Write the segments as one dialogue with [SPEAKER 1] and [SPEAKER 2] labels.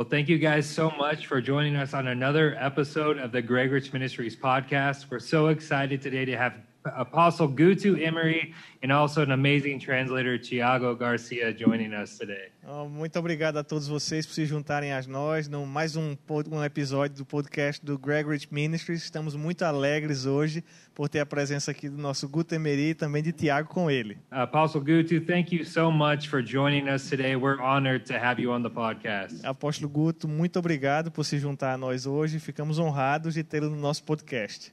[SPEAKER 1] Well, thank you guys so much for joining us on another episode of the Greg Rich Ministries podcast. We're so excited today to have Apostle Gutu Emery and also an amazing translator, Thiago Garcia, joining us today.
[SPEAKER 2] Oh, Muito obrigado a todos vocês por se juntarem a nós no mais um, pod- um episódio do podcast do Greg Rich Ministries. Estamos muito alegres hoje por ter a presença aqui do nosso Guto Emery e também de Tiago com ele.
[SPEAKER 1] Apostle Gutu, thank you so much for joining us today. We're honored to have you on the podcast.
[SPEAKER 2] Apóstolo Guto, muito obrigado por se juntar a nós hoje. Ficamos honrados de tê-lo no nosso podcast.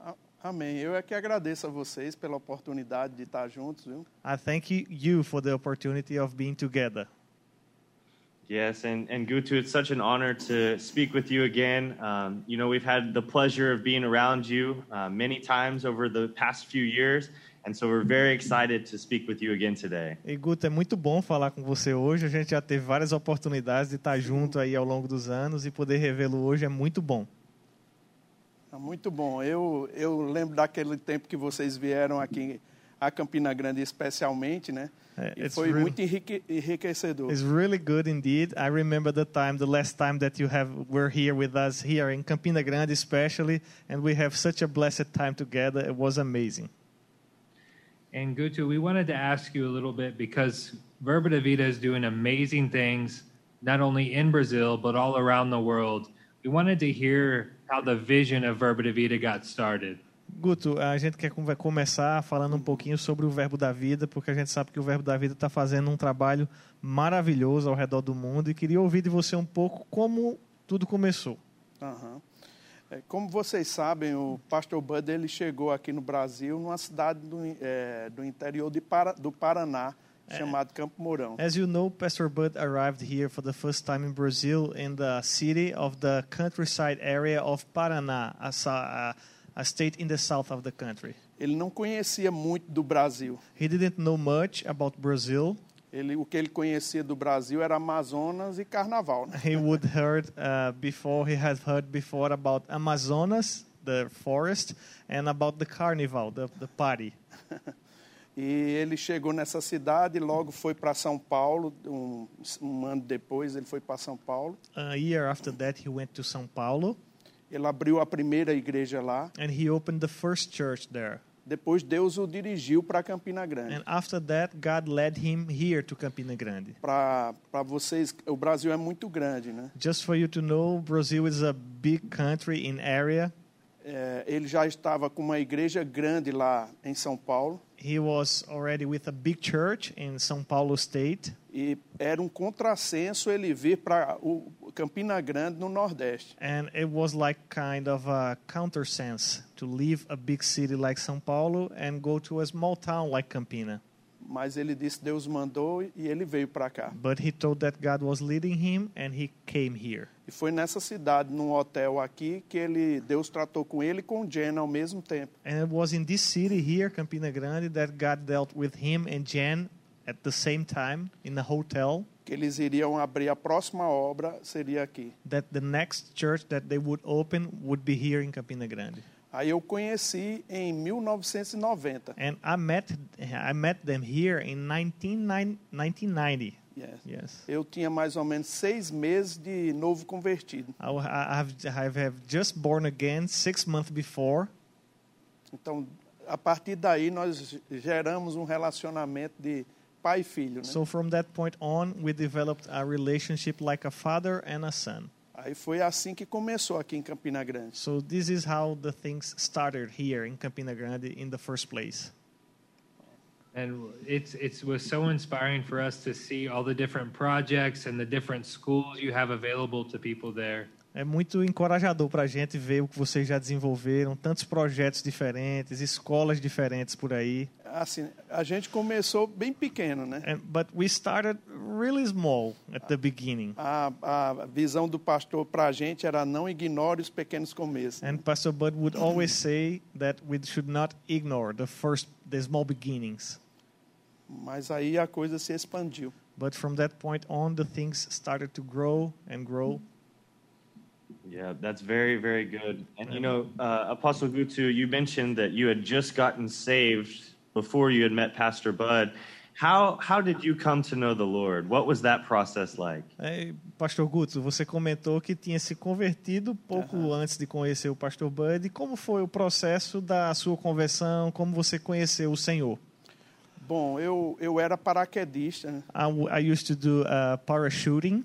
[SPEAKER 3] A- Amém. Eu é que agradeço a vocês pela oportunidade de estar juntos, viu?
[SPEAKER 2] I thank you for the opportunity of being together.
[SPEAKER 4] Yes, and, and Gutu, it's such an honor to speak with you again. Um, you know, we've had the pleasure of being around you uh, many times over the past few years, and so we're very excited to speak with you again today.
[SPEAKER 2] E Guto, é muito bom falar com você hoje. A gente já teve várias oportunidades de estar junto aí ao longo dos anos e poder revê-lo hoje é muito bom.
[SPEAKER 3] É muito bom. Eu, eu lembro daquele tempo que vocês vieram aqui a Campina Grande, especialmente, né?
[SPEAKER 2] É,
[SPEAKER 3] E
[SPEAKER 2] it's
[SPEAKER 3] foi
[SPEAKER 2] really-
[SPEAKER 3] muito enrique- enriquecedor.
[SPEAKER 2] It's really good indeed. I remember the time, the last time that you have were here with us here in Campina Grande, especially, and we have such a blessed time together. It was amazing.
[SPEAKER 1] And Gutu, we wanted to ask you a little bit because Verba de Vida is doing amazing things, not only in Brazil, but all around the world. We wanted to hear how the vision of Verba de Vida got started.
[SPEAKER 2] Guto, a gente quer come- começar falando um pouquinho sobre o Verbo da Vida, porque a gente sabe que o Verbo da Vida está fazendo um trabalho maravilhoso ao redor do mundo e queria ouvir de você um pouco como tudo começou.
[SPEAKER 3] Aham. É, como vocês sabem, o pastor Bud ele chegou aqui no Brasil, numa cidade do, in- é, do interior de Para- do Paraná,
[SPEAKER 2] É.
[SPEAKER 3] chamado Campo Mourão.
[SPEAKER 2] As you know, Pastor Bud arrived here for the first time in Brazil in the city of the countryside area of Paraná, a, sa- a, a state in the south of the country.
[SPEAKER 3] Ele não conhecia muito do Brasil.
[SPEAKER 2] He didn't know much about Brazil.
[SPEAKER 3] Ele, o que ele conhecia do Brasil era Amazonas e Carnaval, né?
[SPEAKER 2] He would heard uh, before he had heard before about Amazonas, the forest, and about the carnival, the, the party.
[SPEAKER 3] E ele chegou nessa cidade, logo foi para São Paulo, um, um ano depois ele foi para São Paulo.
[SPEAKER 2] A year after that, he went to São Paulo
[SPEAKER 3] Ele abriu a primeira igreja lá.
[SPEAKER 2] and he opened the first church there.
[SPEAKER 3] Depois Deus o dirigiu para Campina Grande.
[SPEAKER 2] And after that, God led him here to Campina Grande.
[SPEAKER 3] Para vocês, o Brasil é muito grande, né?
[SPEAKER 2] Just for you to know, Brazil is a big country in area.
[SPEAKER 3] É, ele já estava com uma igreja grande lá em São Paulo
[SPEAKER 2] He was already with a big church in São Paulo state.
[SPEAKER 3] e era um contrassenso ele vir para o Campina Grande no Nordeste.
[SPEAKER 2] And it was like kind of a countersense to leave a big city like São Paulo and go to a small town like Campina.
[SPEAKER 3] Mas ele disse Deus mandou e ele veio para cá.
[SPEAKER 2] But he told that God was leading him and he came here.
[SPEAKER 3] E foi nessa cidade, num hotel aqui, que ele, Deus tratou com ele e com Jenna ao mesmo tempo.
[SPEAKER 2] And it was in this city here, Campina Grande, that God dealt with him and Jen at the same time in a hotel.
[SPEAKER 3] Que eles iriam abrir a próxima obra, seria aqui.
[SPEAKER 2] That the next church that they would open would be here in Campina Grande.
[SPEAKER 3] Aí eu conheci em 1990.
[SPEAKER 2] and I met I met them here in 1990. 1990.
[SPEAKER 3] Yes.
[SPEAKER 2] Yes,
[SPEAKER 3] Eu tinha mais ou menos seis meses de novo convertido.
[SPEAKER 2] I, wa- I- I've I have just born again six months before,
[SPEAKER 3] Então, a partir daí, nós geramos um relacionamento de pai e filho. Né?
[SPEAKER 2] so from that point on, we developed a relationship like a father and a son.
[SPEAKER 3] Aí foi assim que começou aqui em Campina Grande.
[SPEAKER 2] So this is how the things started here in Campina Grande in the first place.
[SPEAKER 1] And it's it was so inspiring for us to see all the different projects and the different schools you have available to people there.
[SPEAKER 2] É muito encorajador para a gente ver o que vocês já desenvolveram, tantos projetos diferentes, escolas diferentes por aí.
[SPEAKER 3] Assim, a gente começou bem pequeno, né?
[SPEAKER 2] And, but we started really small at the beginning.
[SPEAKER 3] A, a visão do pastor para a gente era não ignore os pequenos começos.
[SPEAKER 2] And Pastor Bud would always say that we should not ignore the first, the small beginnings.
[SPEAKER 3] Mas aí a coisa se expandiu.
[SPEAKER 2] But from that point on, the things started to grow and grow.
[SPEAKER 4] Yeah, that's very, very good. And you know, uh, Apostle Gutu, you mentioned that you had just gotten saved before you had met Pastor Bud. How, how did you come to know the Lord? What was that process like?
[SPEAKER 2] É, Pastor Guto, você comentou que tinha se convertido pouco antes de conhecer o Pastor Bud. E Como foi o processo da sua conversão? Como você conheceu o Senhor?
[SPEAKER 3] Bom, eu, eu era paraquedista né?
[SPEAKER 2] I, w- I used to do uh, parachuting.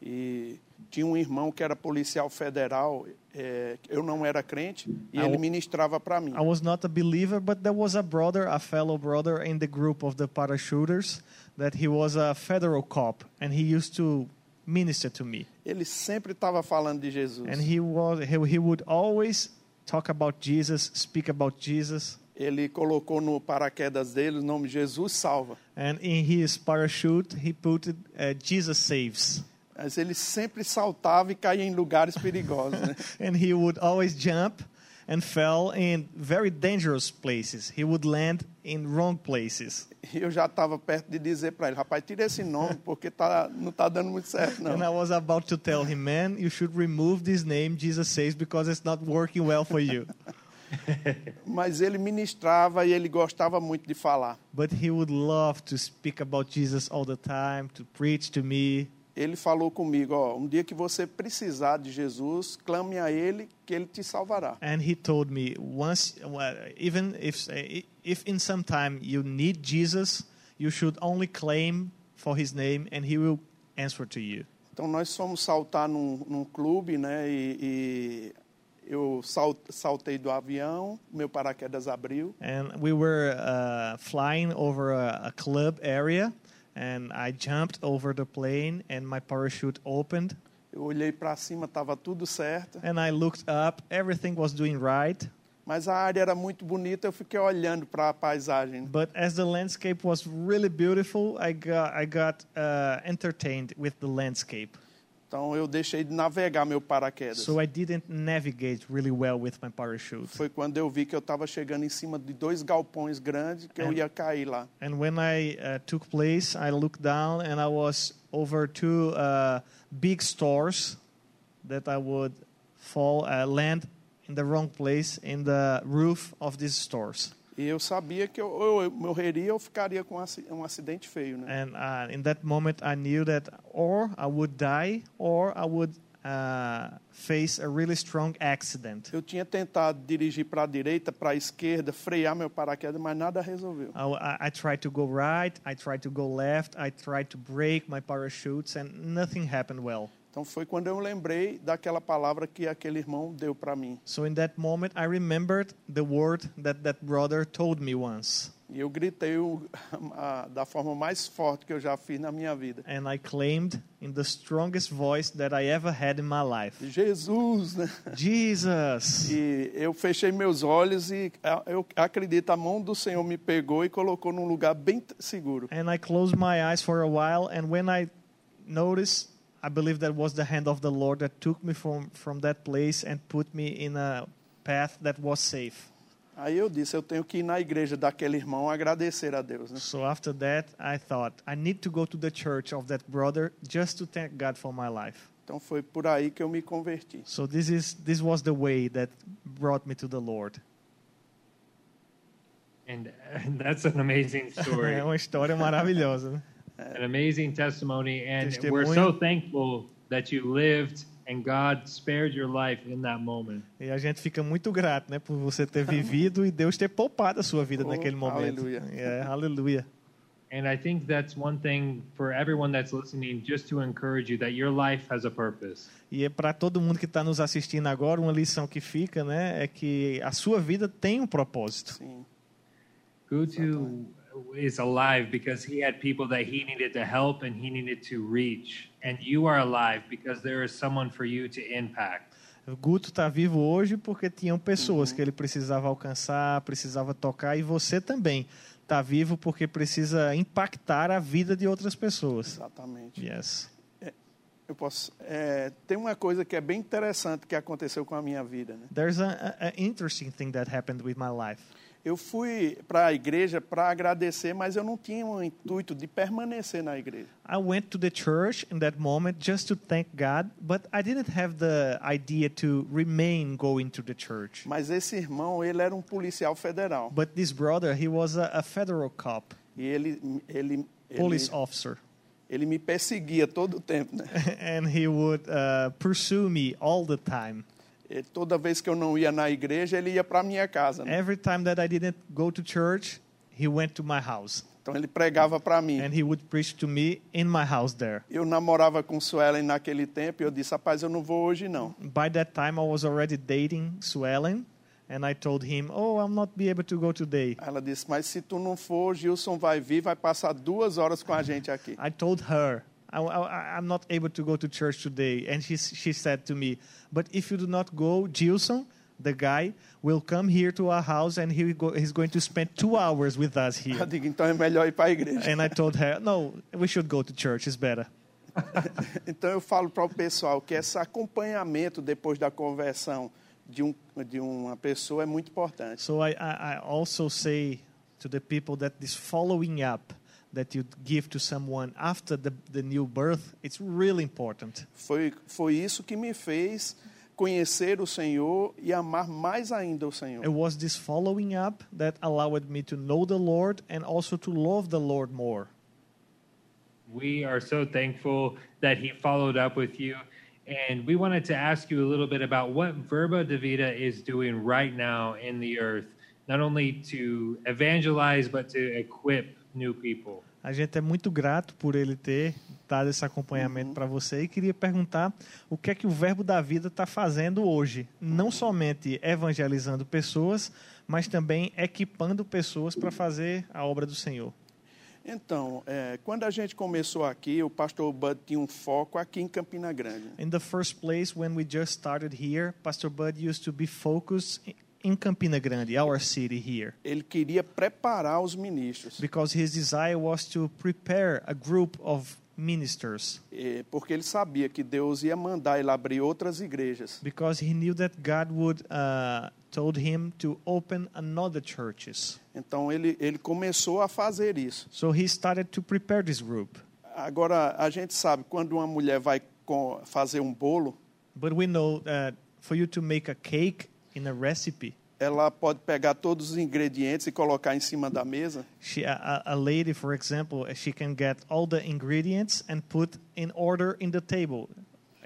[SPEAKER 3] e tinha um irmão que era policial federal. eh, eu não era crente e
[SPEAKER 2] Ah,
[SPEAKER 3] ele
[SPEAKER 2] o-
[SPEAKER 3] ministrava para mim.
[SPEAKER 2] I was not a believer, but there was a brother, a fellow brother in the group of the parachuters that he was a federal cop and he used to minister to me.
[SPEAKER 3] Ele sempre estava falando de Jesus.
[SPEAKER 2] And he was he, he would always talk about Jesus, speak about Jesus.
[SPEAKER 3] Ele colocou no paraquedas dele o nome Jesus salva.
[SPEAKER 2] And in his parachute, he put it, uh, Jesus saves.
[SPEAKER 3] Mas ele sempre saltava e caía em lugares perigosos. Né?
[SPEAKER 2] And he would always jump and fell in very dangerous places. He would land in wrong places.
[SPEAKER 3] E eu já estava perto de dizer para ele, rapaz, tira esse nome porque tá, não está dando muito certo não.
[SPEAKER 2] And I was about to tell him, man, you should remove this name, Jesus says, because it's not working well for you.
[SPEAKER 3] Mas ele ministrava e ele gostava muito de falar.
[SPEAKER 2] but he would love to speak about Jesus all the time, to preach to me.
[SPEAKER 3] Ele falou comigo, ó, um dia que você precisar de Jesus, clame a ele que ele te salvará.
[SPEAKER 2] And he told me, once, well, even if, if in some time you need Jesus, you should only claim for his name and he will answer to you.
[SPEAKER 3] Então nós fomos saltar num, num clube, né? E, e eu sal- saltei do avião, meu paraquedas abriu.
[SPEAKER 2] And we were uh, flying over a, a club area, and I jumped over the plane, and my parachute opened.
[SPEAKER 3] Eu olhei para cima, estava tudo certo,
[SPEAKER 2] And I looked up, everything was doing right.
[SPEAKER 3] mas a área era muito bonita. Eu fiquei olhando para a paisagem.
[SPEAKER 2] But as the landscape was really beautiful, I got, I got uh, entertained with the landscape.
[SPEAKER 3] Então eu deixei de navegar meu paraquedas.
[SPEAKER 2] So I didn't navigate really well with my parachute.
[SPEAKER 3] Foi quando eu vi que eu estava chegando em cima de dois galpões grandes que eu ia cair lá.
[SPEAKER 2] And when I uh, took place, I looked down and I was over two uh, big stores that I would fall, uh, land in the wrong place in the roof of these stores.
[SPEAKER 3] E eu sabia que eu, ou eu morreria ou ficaria com um aci- um acidente feio, né?
[SPEAKER 2] And uh, in that moment, I knew that or I would die or I would uh, face a really strong accident.
[SPEAKER 3] Eu tinha tentado dirigir para a direita, para a esquerda, frear meu paraquedas, mas nada resolveu.
[SPEAKER 2] I, I- I tried to go right, I tried to go left, I tried to break my parachutes, and nothing happened well.
[SPEAKER 3] Então foi quando eu lembrei daquela palavra que aquele irmão deu para mim.
[SPEAKER 2] So in that moment, I remembered the word that that brother told me once,
[SPEAKER 3] E eu gritei o- a- da forma mais forte que eu já fiz na minha vida.
[SPEAKER 2] and I claimed in the strongest voice that I ever had in my life,
[SPEAKER 3] Jesus, né?
[SPEAKER 2] Jesus.
[SPEAKER 3] E eu fechei meus olhos e a- eu acredito, a mão do Senhor me pegou e colocou num lugar bem t- seguro.
[SPEAKER 2] And I closed my eyes for a while, and when I noticed, I believe that was the hand of the Lord that took me from from that place and put me in a path that was safe.
[SPEAKER 3] Aí eu disse, eu tenho que ir na igreja daquele irmão agradecer a Deus, né?
[SPEAKER 2] So after that, I thought I need to go to the church of that brother just to thank God for my life.
[SPEAKER 3] Então foi por aí que eu me converti.
[SPEAKER 2] So this is this was the way that brought me to the Lord.
[SPEAKER 1] And, and that's an amazing story,
[SPEAKER 2] É uma história maravilhosa. né?
[SPEAKER 1] an amazing testimony. And we're
[SPEAKER 2] Testemunho.
[SPEAKER 1] so thankful that you lived and God spared your life in that moment.
[SPEAKER 2] E a gente fica muito grato, né, por você ter vivido e Deus ter poupado a sua vida
[SPEAKER 3] Oh,
[SPEAKER 2] naquele momento.
[SPEAKER 3] aleluia.
[SPEAKER 2] É, aleluia.
[SPEAKER 1] And I think that's one thing for everyone that's listening, just to encourage you that your life has a purpose.
[SPEAKER 2] E é para todo mundo que está nos assistindo agora, uma lição que fica, né, é que a sua vida tem um propósito.
[SPEAKER 3] Sim.
[SPEAKER 1] Gutu is alive because he had people that he needed to help and he needed to reach. And you are alive because there is someone for you to impact.
[SPEAKER 2] O Guto está vivo hoje porque tinham pessoas que ele precisava alcançar, precisava tocar, e você também está vivo porque precisa impactar a vida de outras pessoas.
[SPEAKER 3] Exatamente.
[SPEAKER 2] Yes.
[SPEAKER 3] Eu posso. é, tem uma coisa que é bem interessante que aconteceu com a minha vida. Né?
[SPEAKER 2] There's a, a, a interesting thing that happened with my life.
[SPEAKER 3] Eu fui para a igreja para agradecer, mas eu não tinha o intuito de permanecer na igreja.
[SPEAKER 2] I went to the church in that moment just to thank God, but I didn't have the idea to remain going to the church.
[SPEAKER 3] Mas esse irmão, ele era um policial federal.
[SPEAKER 2] But this brother, he was a, a federal cop,
[SPEAKER 3] E ele, ele, ele,
[SPEAKER 2] police officer,
[SPEAKER 3] ele me perseguia todo o tempo, né?
[SPEAKER 2] and he would uh, pursue me all the time.
[SPEAKER 3] E toda vez que eu não ia na igreja, ele ia para minha casa. Né?
[SPEAKER 2] Every time that I didn't go to church, he went to my house
[SPEAKER 3] Então ele pregava para mim.
[SPEAKER 2] and he would preach to me in my house there.
[SPEAKER 3] Eu namorava com Suelen naquele tempo e eu disse, rapaz, eu não vou hoje não.
[SPEAKER 2] By that time, I was already dating Suellen, and I told him, "Oh, I'm not be able to go today."
[SPEAKER 3] Ela disse, mas se tu não for, Gilson vai vir, vai passar duas horas com a gente aqui.
[SPEAKER 2] I told her, I, am not able to go to church today. And she, she said to me, But if you do not go, Gilson, the guy, will come here to our house and he will go, he's going to spend two hours with us
[SPEAKER 3] Eu
[SPEAKER 2] here.
[SPEAKER 3] digo, então é melhor ir para a igreja.
[SPEAKER 2] and I told her, No, we should go to church, it's better.
[SPEAKER 3] Então eu falo para o pessoal que esse acompanhamento depois da conversão de, um, de uma pessoa é muito importante.
[SPEAKER 2] So I, I, I also say to the people that this following up that you give to someone after the, the new birth, it's really important.
[SPEAKER 3] Foi, foi isso que me fez conhecer o Senhor e amar mais ainda o Senhor.
[SPEAKER 2] It was this following up that allowed me to know the Lord and also to love the Lord more.
[SPEAKER 1] We are so thankful that he followed up with you. And we wanted to ask you a little bit about what Verba Davida is doing right now in the earth, not only to evangelize, but to equip new people.
[SPEAKER 2] A gente é muito grato por ele ter dado esse acompanhamento para você e queria perguntar o que é que o Verbo da Vida está fazendo hoje, não somente evangelizando pessoas, mas também equipando pessoas para fazer a obra do Senhor.
[SPEAKER 3] Então, eh, quando a gente começou aqui, o pastor Bud tinha um foco aqui em Campina Grande.
[SPEAKER 2] In the first place, when we just started here, Pastor Bud used to be focused in Campina Grande, our city here,
[SPEAKER 3] Ele queria preparar os ministros,
[SPEAKER 2] because his desire was to prepare a group of ministers.
[SPEAKER 3] eh, porque ele sabia que Deus ia mandar ele abrir outras igrejas.
[SPEAKER 2] because he knew that God would uh, told him to open another churches.
[SPEAKER 3] Então, ele, ele começou a fazer isso.
[SPEAKER 2] So he started to prepare this group.
[SPEAKER 3] Agora, a gente sabe, quando uma mulher vai co- fazer um bolo,
[SPEAKER 2] But we know that for you to make a cake in a recipe,
[SPEAKER 3] ela pode pegar todos os ingredientes e colocar em cima da mesa.
[SPEAKER 2] she a, a a lady, for example, she can get all the ingredients and put in order in the table,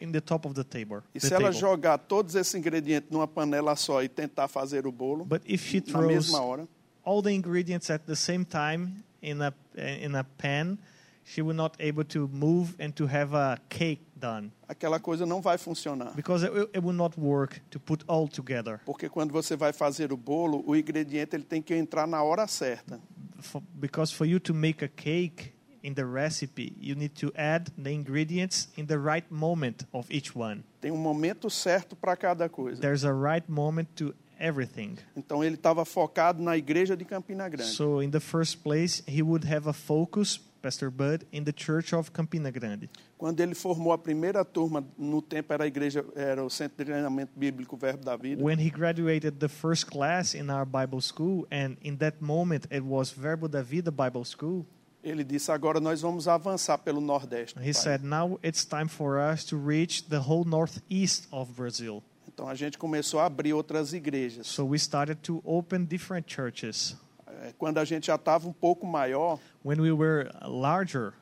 [SPEAKER 2] in the top of the table.
[SPEAKER 3] E
[SPEAKER 2] the
[SPEAKER 3] se ela
[SPEAKER 2] table.
[SPEAKER 3] jogar todos esses ingredientes numa panela só e tentar fazer o bolo,
[SPEAKER 2] But if she
[SPEAKER 3] na
[SPEAKER 2] throws
[SPEAKER 3] mesma hora,
[SPEAKER 2] all the ingredients at the same time in a in a pan, she will not able to move and to have a cake done.
[SPEAKER 3] aquela coisa não vai funcionar.
[SPEAKER 2] because it, will- it will not work to put all together
[SPEAKER 3] Porque quando você vai fazer o bolo, o ingrediente ele tem que entrar na hora certa.
[SPEAKER 2] for, because for you to make a cake in the recipe you need to add the ingredients in the right moment of each one
[SPEAKER 3] Tem um momento certo para cada coisa.
[SPEAKER 2] there's a right moment to everything
[SPEAKER 3] Então ele estava focado na igreja de Campina Grande.
[SPEAKER 2] so in the first place he would have a focus pastor bud in the church of campina grande
[SPEAKER 3] Quando ele formou a primeira turma, no tempo era a igreja, era o Centro de Treinamento Bíblico Verbo da Vida.
[SPEAKER 2] when he graduated the first class in our bible school and in that moment it was verbo da vida bible school
[SPEAKER 3] Ele disse: agora nós vamos avançar pelo Nordeste.
[SPEAKER 2] he
[SPEAKER 3] pai."
[SPEAKER 2] said now it's time for us to reach the whole northeast of brazil
[SPEAKER 3] Então a gente começou a abrir outras igrejas.
[SPEAKER 2] So we started to open different churches.
[SPEAKER 3] Eh, Quando a gente já estava um pouco maior,
[SPEAKER 2] When we were larger,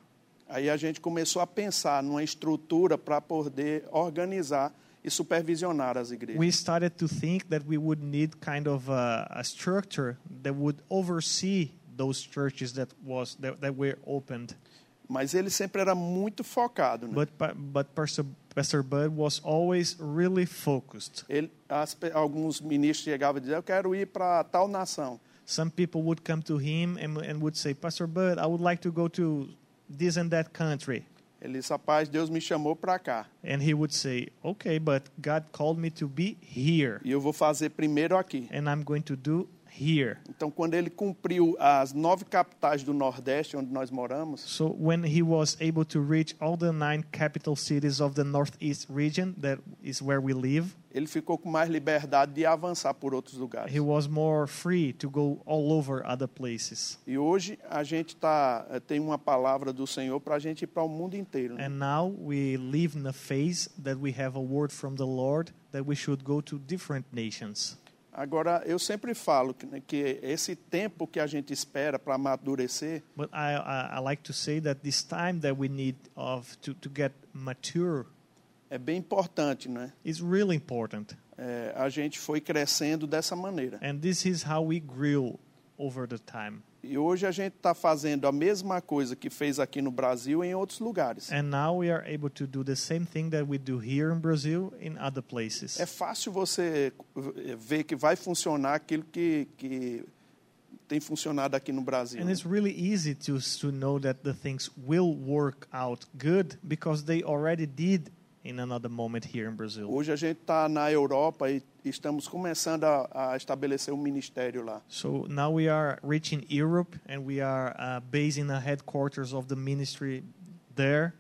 [SPEAKER 3] aí a gente começou a pensar numa estrutura para poder organizar e supervisionar as igrejas.
[SPEAKER 2] we started to think that we would need kind of a, a structure that would oversee those churches that was that, that were opened.
[SPEAKER 3] Mas ele sempre era muito focado. Né?
[SPEAKER 2] But pa- but Pastor, Pastor Bud was always really focused.
[SPEAKER 3] Ele, as pe- alguns ministros chegavam e diziam: eu quero ir para tal nação.
[SPEAKER 2] Some people would come to him and, and would say, Pastor Bud, I would like to go to this and that country.
[SPEAKER 3] Ele disse: rapaz, Deus me chamou para cá.
[SPEAKER 2] And he would say, Okay, but God called me to be here,
[SPEAKER 3] E eu vou fazer primeiro aqui.
[SPEAKER 2] and I'm going to do here.
[SPEAKER 3] Então, quando ele cumpriu as nove capitais do Nordeste, onde nós moramos,
[SPEAKER 2] So when he was able to reach all the nine capital cities of the northeast region, that is where we live,
[SPEAKER 3] ele ficou com mais liberdade de avançar por outros lugares.
[SPEAKER 2] he was more free to go all over other places.
[SPEAKER 3] E hoje a gente tá, eh, tem uma palavra do Senhor para a gente ir para o mundo inteiro. né?
[SPEAKER 2] And now we live in a phase that we have a word from the Lord that we should go to different nations.
[SPEAKER 3] Agora, eu sempre falo que, né, que esse tempo que a gente espera para amadurecer,
[SPEAKER 2] But I, I, I like to say that this time that we need of to, to get mature
[SPEAKER 3] é bem importante, né?
[SPEAKER 2] is really important.
[SPEAKER 3] É, a gente foi crescendo dessa maneira.
[SPEAKER 2] And this is how we grow over the time.
[SPEAKER 3] E hoje a gente está fazendo a mesma coisa que fez aqui no Brasil e em outros lugares.
[SPEAKER 2] And now we are able to do the same thing that we do here in Brazil in other places.
[SPEAKER 3] É fácil você eh, ver que vai funcionar aquilo que, que tem funcionado aqui no Brasil.
[SPEAKER 2] And
[SPEAKER 3] né?
[SPEAKER 2] it's really easy to to know that the things will work out good because they already did in another moment here in Brazil.
[SPEAKER 3] Hoje a gente está na Europa e estamos começando a, a estabelecer um ministério lá.
[SPEAKER 2] So now we are reaching Europe and we are uh, basing the headquarters of the ministry there.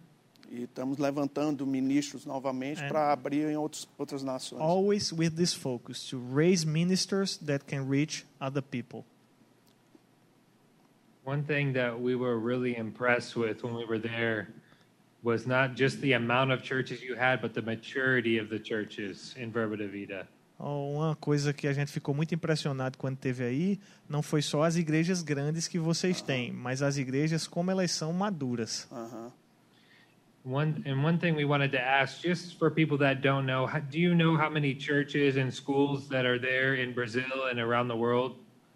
[SPEAKER 3] E estamos levantando ministros novamente
[SPEAKER 2] É.
[SPEAKER 3] para abrir em outros, outras nações.
[SPEAKER 2] Always with this focus to raise ministers that can reach other people.
[SPEAKER 1] One thing that we were really impressed with when we were there was not just the amount of churches you had, but the maturity of the churches in Verba da Vida.
[SPEAKER 2] Oh, Uma coisa que a gente ficou muito impressionado quando teve aí não foi só as igrejas grandes que vocês têm, mas as igrejas como elas são maduras.
[SPEAKER 3] Aham.
[SPEAKER 1] One and one thing we wanted to ask, just for people that don't know, how, do you know how many churches and schools that are there in Brazil and around the world?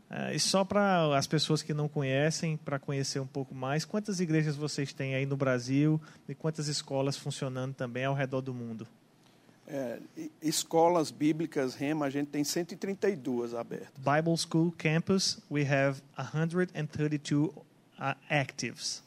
[SPEAKER 2] Ah, e só para as pessoas que não conhecem, para conhecer um pouco mais, quantas igrejas vocês têm aí no Brasil e quantas escolas funcionando também ao redor do mundo?
[SPEAKER 3] É, e- escolas bíblicas, Rema, a gente tem 132 abertas.
[SPEAKER 2] Bible School Campus, we have 132 uh, actives.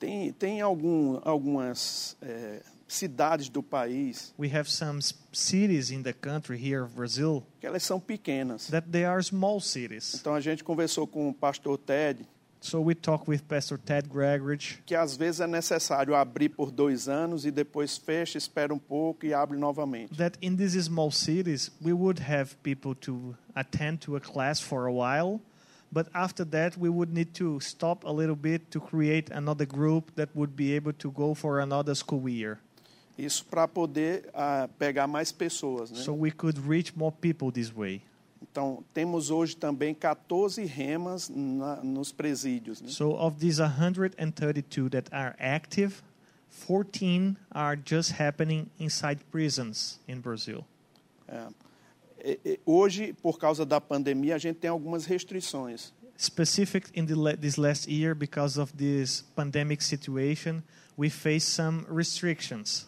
[SPEAKER 3] Tem, tem algum, algumas é, cidades do país
[SPEAKER 2] We have some s- cities in the country here of Brazil
[SPEAKER 3] que elas são pequenas.
[SPEAKER 2] that they are small cities.
[SPEAKER 3] Então a gente conversou com o pastor Ted
[SPEAKER 2] So we talked with Pastor Ted Gregorich
[SPEAKER 3] que às vezes é necessário abrir por dois anos e depois fecha, espera um pouco e abre novamente.
[SPEAKER 2] that in these small cities we would have people to attend to a class for a while but after that we would need to stop a little bit to create another group that would be able to go for another school year
[SPEAKER 3] Isso para poder ah, pegar mais pessoas. Né?
[SPEAKER 2] so we could reach more people this way
[SPEAKER 3] Então, temos hoje também 14 remas na, nos presídios. Né?
[SPEAKER 2] so of these 132 that are active 14 are just happening inside prisons in Brazil
[SPEAKER 3] E- e- Hoje, por causa da pandemia, a gente tem algumas restrições.
[SPEAKER 2] specific in the le- this last year because of this pandemic situation we face some restrictions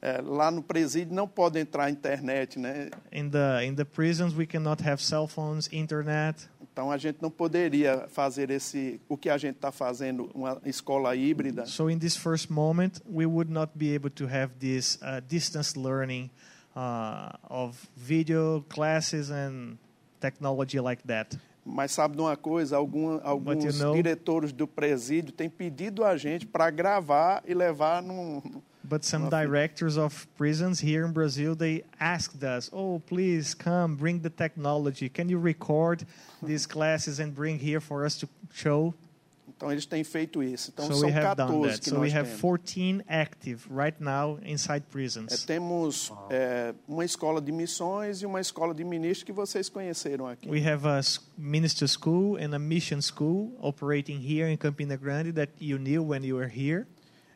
[SPEAKER 3] É, lá no presídio não pode entrar internet, né?
[SPEAKER 2] in the in the prisons we cannot have cell phones internet
[SPEAKER 3] Então a gente não poderia fazer esse o que a gente está fazendo, uma escola híbrida.
[SPEAKER 2] so in this first moment we would not be able to have this uh, distance learning uh, of video classes and technology like that
[SPEAKER 3] Mas sabe de uma coisa? Algum, alguns
[SPEAKER 2] you know-
[SPEAKER 3] diretores do presídio têm pedido a gente para gravar e levar num.
[SPEAKER 2] but some
[SPEAKER 3] Lovely.
[SPEAKER 2] directors of prisons here in Brazil they asked us, "Oh, please come, bring the technology. Can you record these classes and bring here for us to show?"
[SPEAKER 3] Então eles têm feito isso. Então
[SPEAKER 2] so
[SPEAKER 3] são
[SPEAKER 2] we have done
[SPEAKER 3] 14
[SPEAKER 2] that.
[SPEAKER 3] que
[SPEAKER 2] So we
[SPEAKER 3] nós
[SPEAKER 2] have
[SPEAKER 3] temos.
[SPEAKER 2] 14 active right now inside
[SPEAKER 3] É,
[SPEAKER 2] prisons.
[SPEAKER 3] temos é, uma escola de missões e uma escola de ministros que vocês conheceram aqui.
[SPEAKER 2] We have a s- minister school and a mission school operating here in Campina Grande that you knew when you were here.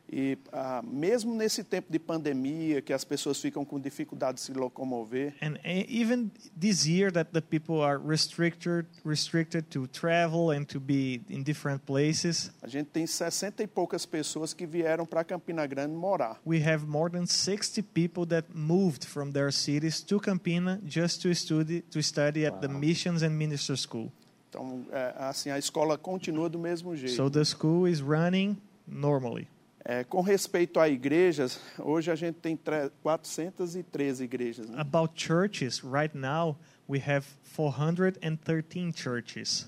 [SPEAKER 3] E ah, mesmo nesse tempo de pandemia, que as pessoas ficam com dificuldade de se locomover,
[SPEAKER 2] And e- even this year that the people are restricted restricted to travel and to be in different places,
[SPEAKER 3] a gente tem 60 e poucas pessoas que vieram para Campina Grande morar.
[SPEAKER 2] we have more than 60 people that moved from their cities to Campina just to study to study at the missions and minister school.
[SPEAKER 3] Então, é, assim, a escola continua do mesmo jeito.
[SPEAKER 2] So the school is running normally.
[SPEAKER 3] É, com respeito a igrejas, hoje a gente tem tre- 413 igrejas. né?
[SPEAKER 2] About churches, right now we have 413 churches.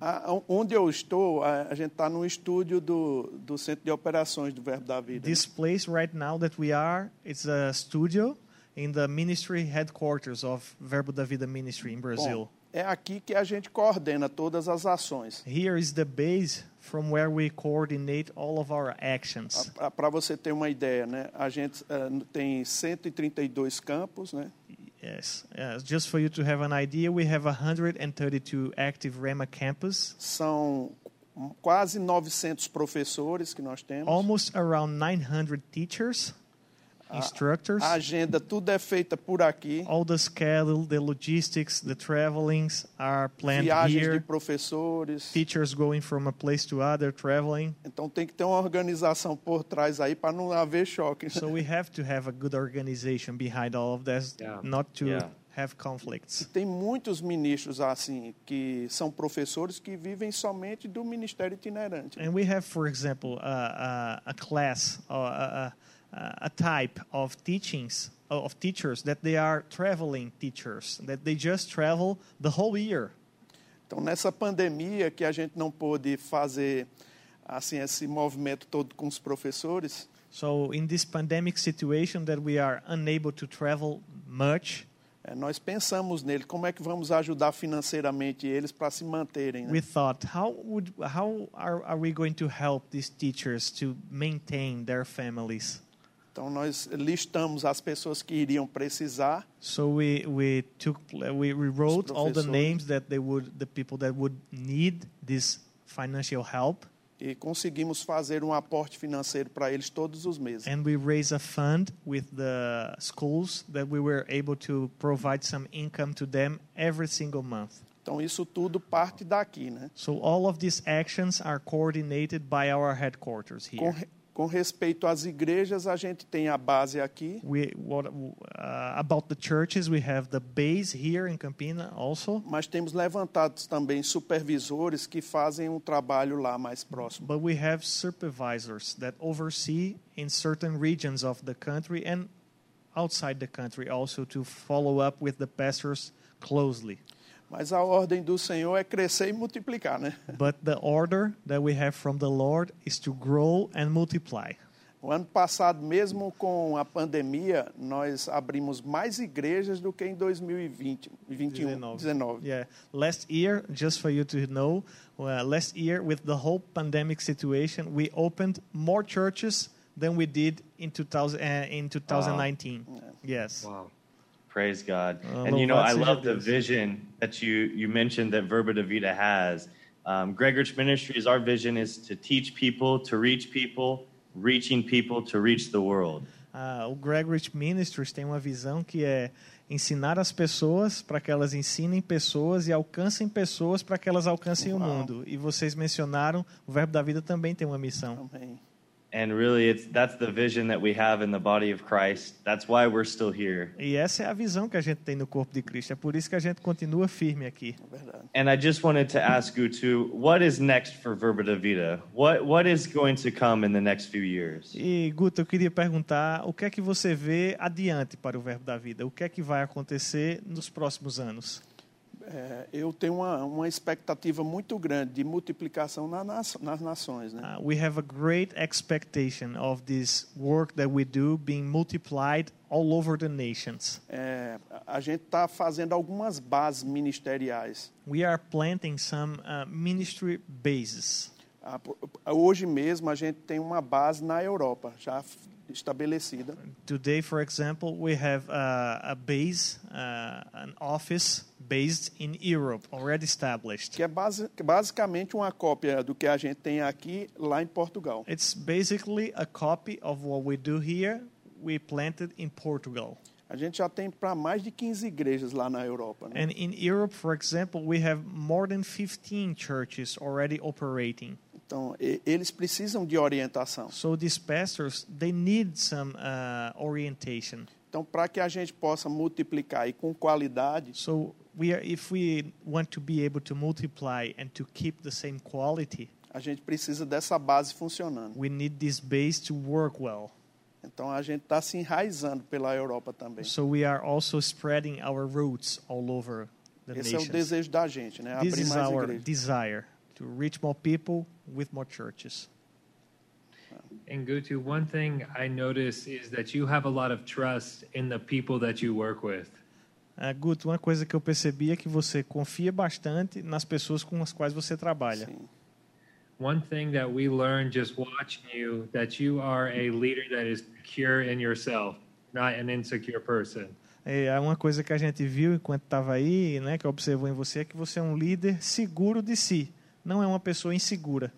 [SPEAKER 3] A- a- onde eu estou, a, a gente está no estúdio do, do Centro de Operações do Verbo da Vida. né?
[SPEAKER 2] This place right now that we are, it's a studio in the ministry headquarters of Verbo da Vida Ministry in
[SPEAKER 3] Bom,
[SPEAKER 2] Brazil.
[SPEAKER 3] é aqui que a gente coordena todas as ações.
[SPEAKER 2] Here is the base from where we coordinate all of our actions.
[SPEAKER 3] é, Para você ter uma ideia, né? a gente eh, tem 132 campos, né?
[SPEAKER 2] Yes. Uh, just for you to have an idea, we have 132 active REMA campus,
[SPEAKER 3] São quase 900 professores que nós temos.
[SPEAKER 2] almost around 900 teachers, instructors.
[SPEAKER 3] A agenda tudo é feita por aqui.
[SPEAKER 2] All the schedule, the logistics, the travelings are planned
[SPEAKER 3] Viagens de
[SPEAKER 2] here.
[SPEAKER 3] professores.
[SPEAKER 2] Teachers going from a place to other, traveling.
[SPEAKER 3] Então tem que ter uma organização por trás aí para não haver choque.
[SPEAKER 2] So we have to have a good organization behind all of this,
[SPEAKER 1] Yeah.
[SPEAKER 2] not to
[SPEAKER 4] Yeah.
[SPEAKER 2] have conflicts.
[SPEAKER 3] Tem muitos ministros assim que são professores que vivem somente do ministério itinerante.
[SPEAKER 2] And we have, for example, uh, uh, a class or a, a- a, a type of teachings of teachers that they are traveling teachers that they just travel the whole year.
[SPEAKER 3] Então nessa pandemia que a gente não pôde fazer assim esse movimento todo com os professores,
[SPEAKER 2] So in this pandemic situation that we are unable to travel much,
[SPEAKER 3] eh, nós pensamos nele como é que vamos ajudar financeiramente eles para se manterem. né?
[SPEAKER 2] we thought how would how are, are we going to help these teachers to maintain their families?
[SPEAKER 3] Então nós listamos as pessoas que iriam precisar
[SPEAKER 2] So we we took we, we wrote all the
[SPEAKER 3] professores.
[SPEAKER 2] names that they would the people that would need this financial help.
[SPEAKER 3] e conseguimos fazer um aporte financeiro para eles todos os meses.
[SPEAKER 2] and we raise a fund with the schools that we were able to provide some income to them every single month.
[SPEAKER 3] Então isso tudo parte daqui, né?
[SPEAKER 2] So all of these actions are coordinated by our headquarters
[SPEAKER 3] Com,
[SPEAKER 2] here.
[SPEAKER 3] re- com respeito às igrejas, a gente tem a base aqui.
[SPEAKER 2] We what uh, about the churches? We have the base here in Campina also,
[SPEAKER 3] mas temos levantados também supervisores que fazem um trabalho lá mais próximo.
[SPEAKER 2] but we have supervisors that oversee in certain regions of the country and outside the country also to follow up with the pastors closely.
[SPEAKER 3] Mas a ordem do Senhor é crescer e multiplicar, né?
[SPEAKER 2] But the order that we have from the Lord is to grow and multiply.
[SPEAKER 3] O ano passado, mesmo com a pandemia, nós abrimos mais igrejas do que em 2020, 21, 19.
[SPEAKER 2] Yeah. Last year, just for you to know, well, last year with the whole pandemic situation, we opened more churches than we did in 2000 uh, in 2019. Yes.
[SPEAKER 1] Wow.
[SPEAKER 4] Praise God.
[SPEAKER 2] Ah,
[SPEAKER 4] and you know, I
[SPEAKER 2] louvado seja
[SPEAKER 4] love the
[SPEAKER 2] Deus.
[SPEAKER 4] vision that you you mentioned that Verba de Vida has. Um, Gregorich Ministries, our vision is to teach people, to reach people, reaching people, to reach the world.
[SPEAKER 2] Ah, o Gregorich Ministries tem uma visão que é ensinar as pessoas para que elas ensinem pessoas e alcancem pessoas para que elas alcancem o mundo. E vocês mencionaram, o Verbo da Vida também tem uma missão.
[SPEAKER 3] Amém.
[SPEAKER 4] And really, it's that's the vision that we have in the body of Christ. That's why we're still here.
[SPEAKER 2] E essa é a visão que a gente tem no corpo de Cristo. É por isso que a gente continua firme aqui.
[SPEAKER 3] É verdade.
[SPEAKER 4] And I just wanted to ask you too, what is next for Verba de Vida? What what is going to come in the next few years?
[SPEAKER 2] E Guto, eu queria perguntar o que é que você vê adiante para o Verbo da Vida? O que é que vai acontecer nos próximos anos?
[SPEAKER 3] É, eu tenho uma, uma expectativa muito grande de multiplicação na na- nas nações, né?
[SPEAKER 2] Uh, we have a great expectation of this work that we do being multiplied all over the nations.
[SPEAKER 3] É, a- a gente está fazendo algumas bases ministeriais.
[SPEAKER 2] We are planting some uh, ministry bases.
[SPEAKER 3] Ah, po- Hoje mesmo a gente tem uma base na Europa já f- estabelecida.
[SPEAKER 2] Today, for example, we have uh, a base, uh, an office based in Europe, already established.
[SPEAKER 3] que é basi- que basicamente uma cópia do que a gente tem aqui lá em Portugal.
[SPEAKER 2] It's basically a copy of what we do here. We planted in Portugal.
[SPEAKER 3] A gente já tem para mais de 15 igrejas lá na Europa. Né?
[SPEAKER 2] And in Europe, for example, we have more than 15 churches already operating.
[SPEAKER 3] Então, e- eles precisam de orientação.
[SPEAKER 2] So these pastors, they need some uh, orientation.
[SPEAKER 3] Então, para que a gente possa multiplicar e com qualidade,
[SPEAKER 2] So we are, if we want to be able to multiply and to keep the same quality,
[SPEAKER 3] a gente precisa dessa base funcionando.
[SPEAKER 2] we need this base to work well.
[SPEAKER 3] Então, a gente está se enraizando pela Europa também.
[SPEAKER 2] So we are also spreading our roots all over the
[SPEAKER 3] Esse é o
[SPEAKER 2] nations.
[SPEAKER 3] desejo da gente, né?
[SPEAKER 2] This
[SPEAKER 3] Abrir
[SPEAKER 2] is
[SPEAKER 3] mais
[SPEAKER 2] our
[SPEAKER 3] igrejas.
[SPEAKER 2] desire to reach more people with more churches.
[SPEAKER 1] And Gutu, one thing I notice is that you have a lot of trust in the people that you work with.
[SPEAKER 2] Ah, Guto, uma coisa que eu percebi é que você confia bastante nas pessoas com as quais você trabalha.
[SPEAKER 3] Sim.
[SPEAKER 1] One thing that we learned just watching you that you are a leader that is secure in yourself, not an insecure person.
[SPEAKER 2] É uma coisa que a gente viu enquanto estava aí, né, que observou em você, é que você é um líder seguro de si. Não é uma pessoa insegura.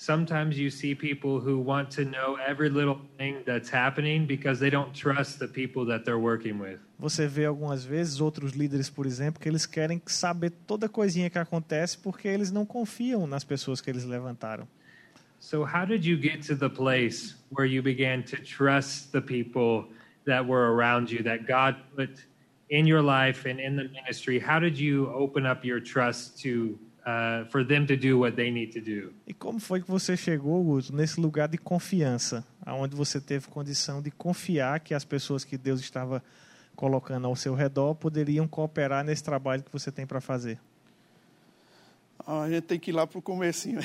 [SPEAKER 1] Sometimes you see people who want to know every little thing that's happening because they don't trust the people that they're working with.
[SPEAKER 2] Você vê algumas vezes outros líderes, por exemplo, que eles querem saber toda coisinha que acontece porque eles não confiam nas pessoas que eles levantaram.
[SPEAKER 1] So, how did you get to the place where you began to trust the people that were around you that God put in your life and in the ministry? How did you open up your trust to uh, for them to do what they need to do?
[SPEAKER 2] E como foi que você chegou, Guto, nesse lugar de confiança, aonde você teve condição de confiar que as pessoas que Deus estava colocando ao seu redor poderiam cooperar nesse trabalho que você tem para fazer?
[SPEAKER 3] Ah, a gente tem que ir lá para o comecinho. né?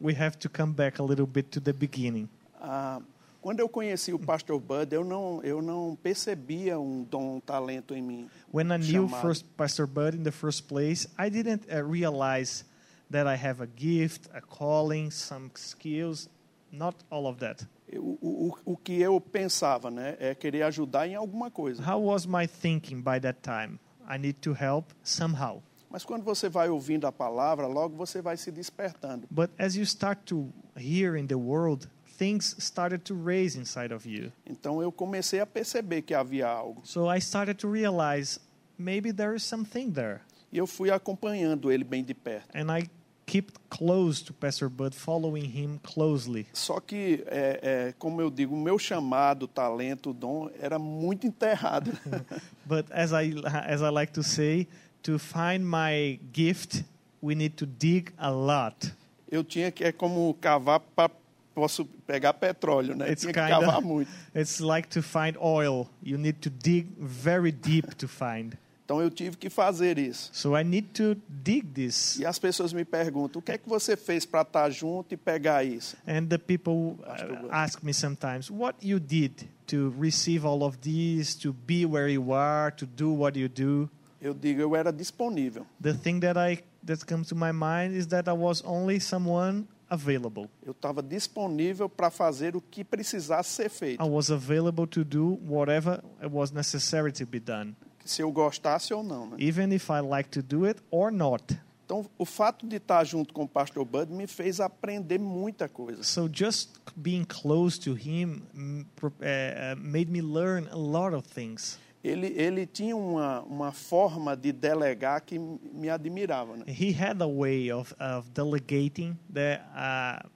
[SPEAKER 2] We have to come back a little bit to the beginning.
[SPEAKER 3] Ah, quando eu conheci o pastor Bud, eu não, eu não percebia um dom, um talento em mim.
[SPEAKER 2] When I knew
[SPEAKER 3] Chamado.
[SPEAKER 2] first Pastor Bud in the first place, I didn't uh, realize that I have a gift, a calling, some skills, not all of that.
[SPEAKER 3] Eu- O, o, o que eu pensava, né? É querer ajudar em alguma coisa.
[SPEAKER 2] How was my thinking by that time? I need to help somehow.
[SPEAKER 3] Mas quando você vai ouvindo a palavra, logo você vai se despertando.
[SPEAKER 2] But as you start to hear in the world, things started to raise inside of you.
[SPEAKER 3] Então eu comecei a perceber que havia algo.
[SPEAKER 2] So I started to realize maybe there is something there.
[SPEAKER 3] E eu fui acompanhando ele bem de perto.
[SPEAKER 2] And I kept close to Pastor Bud, following him closely.
[SPEAKER 3] Só que, é, é, como eu digo, o meu chamado, talento, dom era muito enterrado.
[SPEAKER 2] But as I as I like to say, to find my gift, we need to dig a lot.
[SPEAKER 3] Eu tinha que, é como cavar para posso pegar petróleo, né?
[SPEAKER 2] It's
[SPEAKER 3] tinha que
[SPEAKER 2] kinda-
[SPEAKER 3] cavar muito.
[SPEAKER 2] It's like to find oil. You need to dig very deep to find.
[SPEAKER 3] Então eu tive que fazer isso.
[SPEAKER 2] So I need to dig this.
[SPEAKER 3] E as pessoas me perguntam, o que é que você fez para estar junto e pegar isso?
[SPEAKER 2] And the people uh,
[SPEAKER 3] Pastor Bud.
[SPEAKER 2] ask me sometimes what you did to receive all of these, to be where you are, to do what you do.
[SPEAKER 3] Eu digo, eu era disponível.
[SPEAKER 2] The thing that I that comes to my mind is that I was only someone available.
[SPEAKER 3] Eu estava disponível para fazer o que precisasse ser feito.
[SPEAKER 2] I was available to do whatever it was necessary to be done,
[SPEAKER 3] Se eu gostasse ou não, né?
[SPEAKER 2] even if I like to do it or not.
[SPEAKER 3] Então, o fato de estar junto com o pastor Bud me fez aprender muita coisa.
[SPEAKER 2] So just being close to him mm, pro- uh, uh, made me learn a lot of things.
[SPEAKER 3] Ele, ele tinha uma, uma forma de delegar que me admirava. Né?
[SPEAKER 2] He had a way of, of delegating that uh,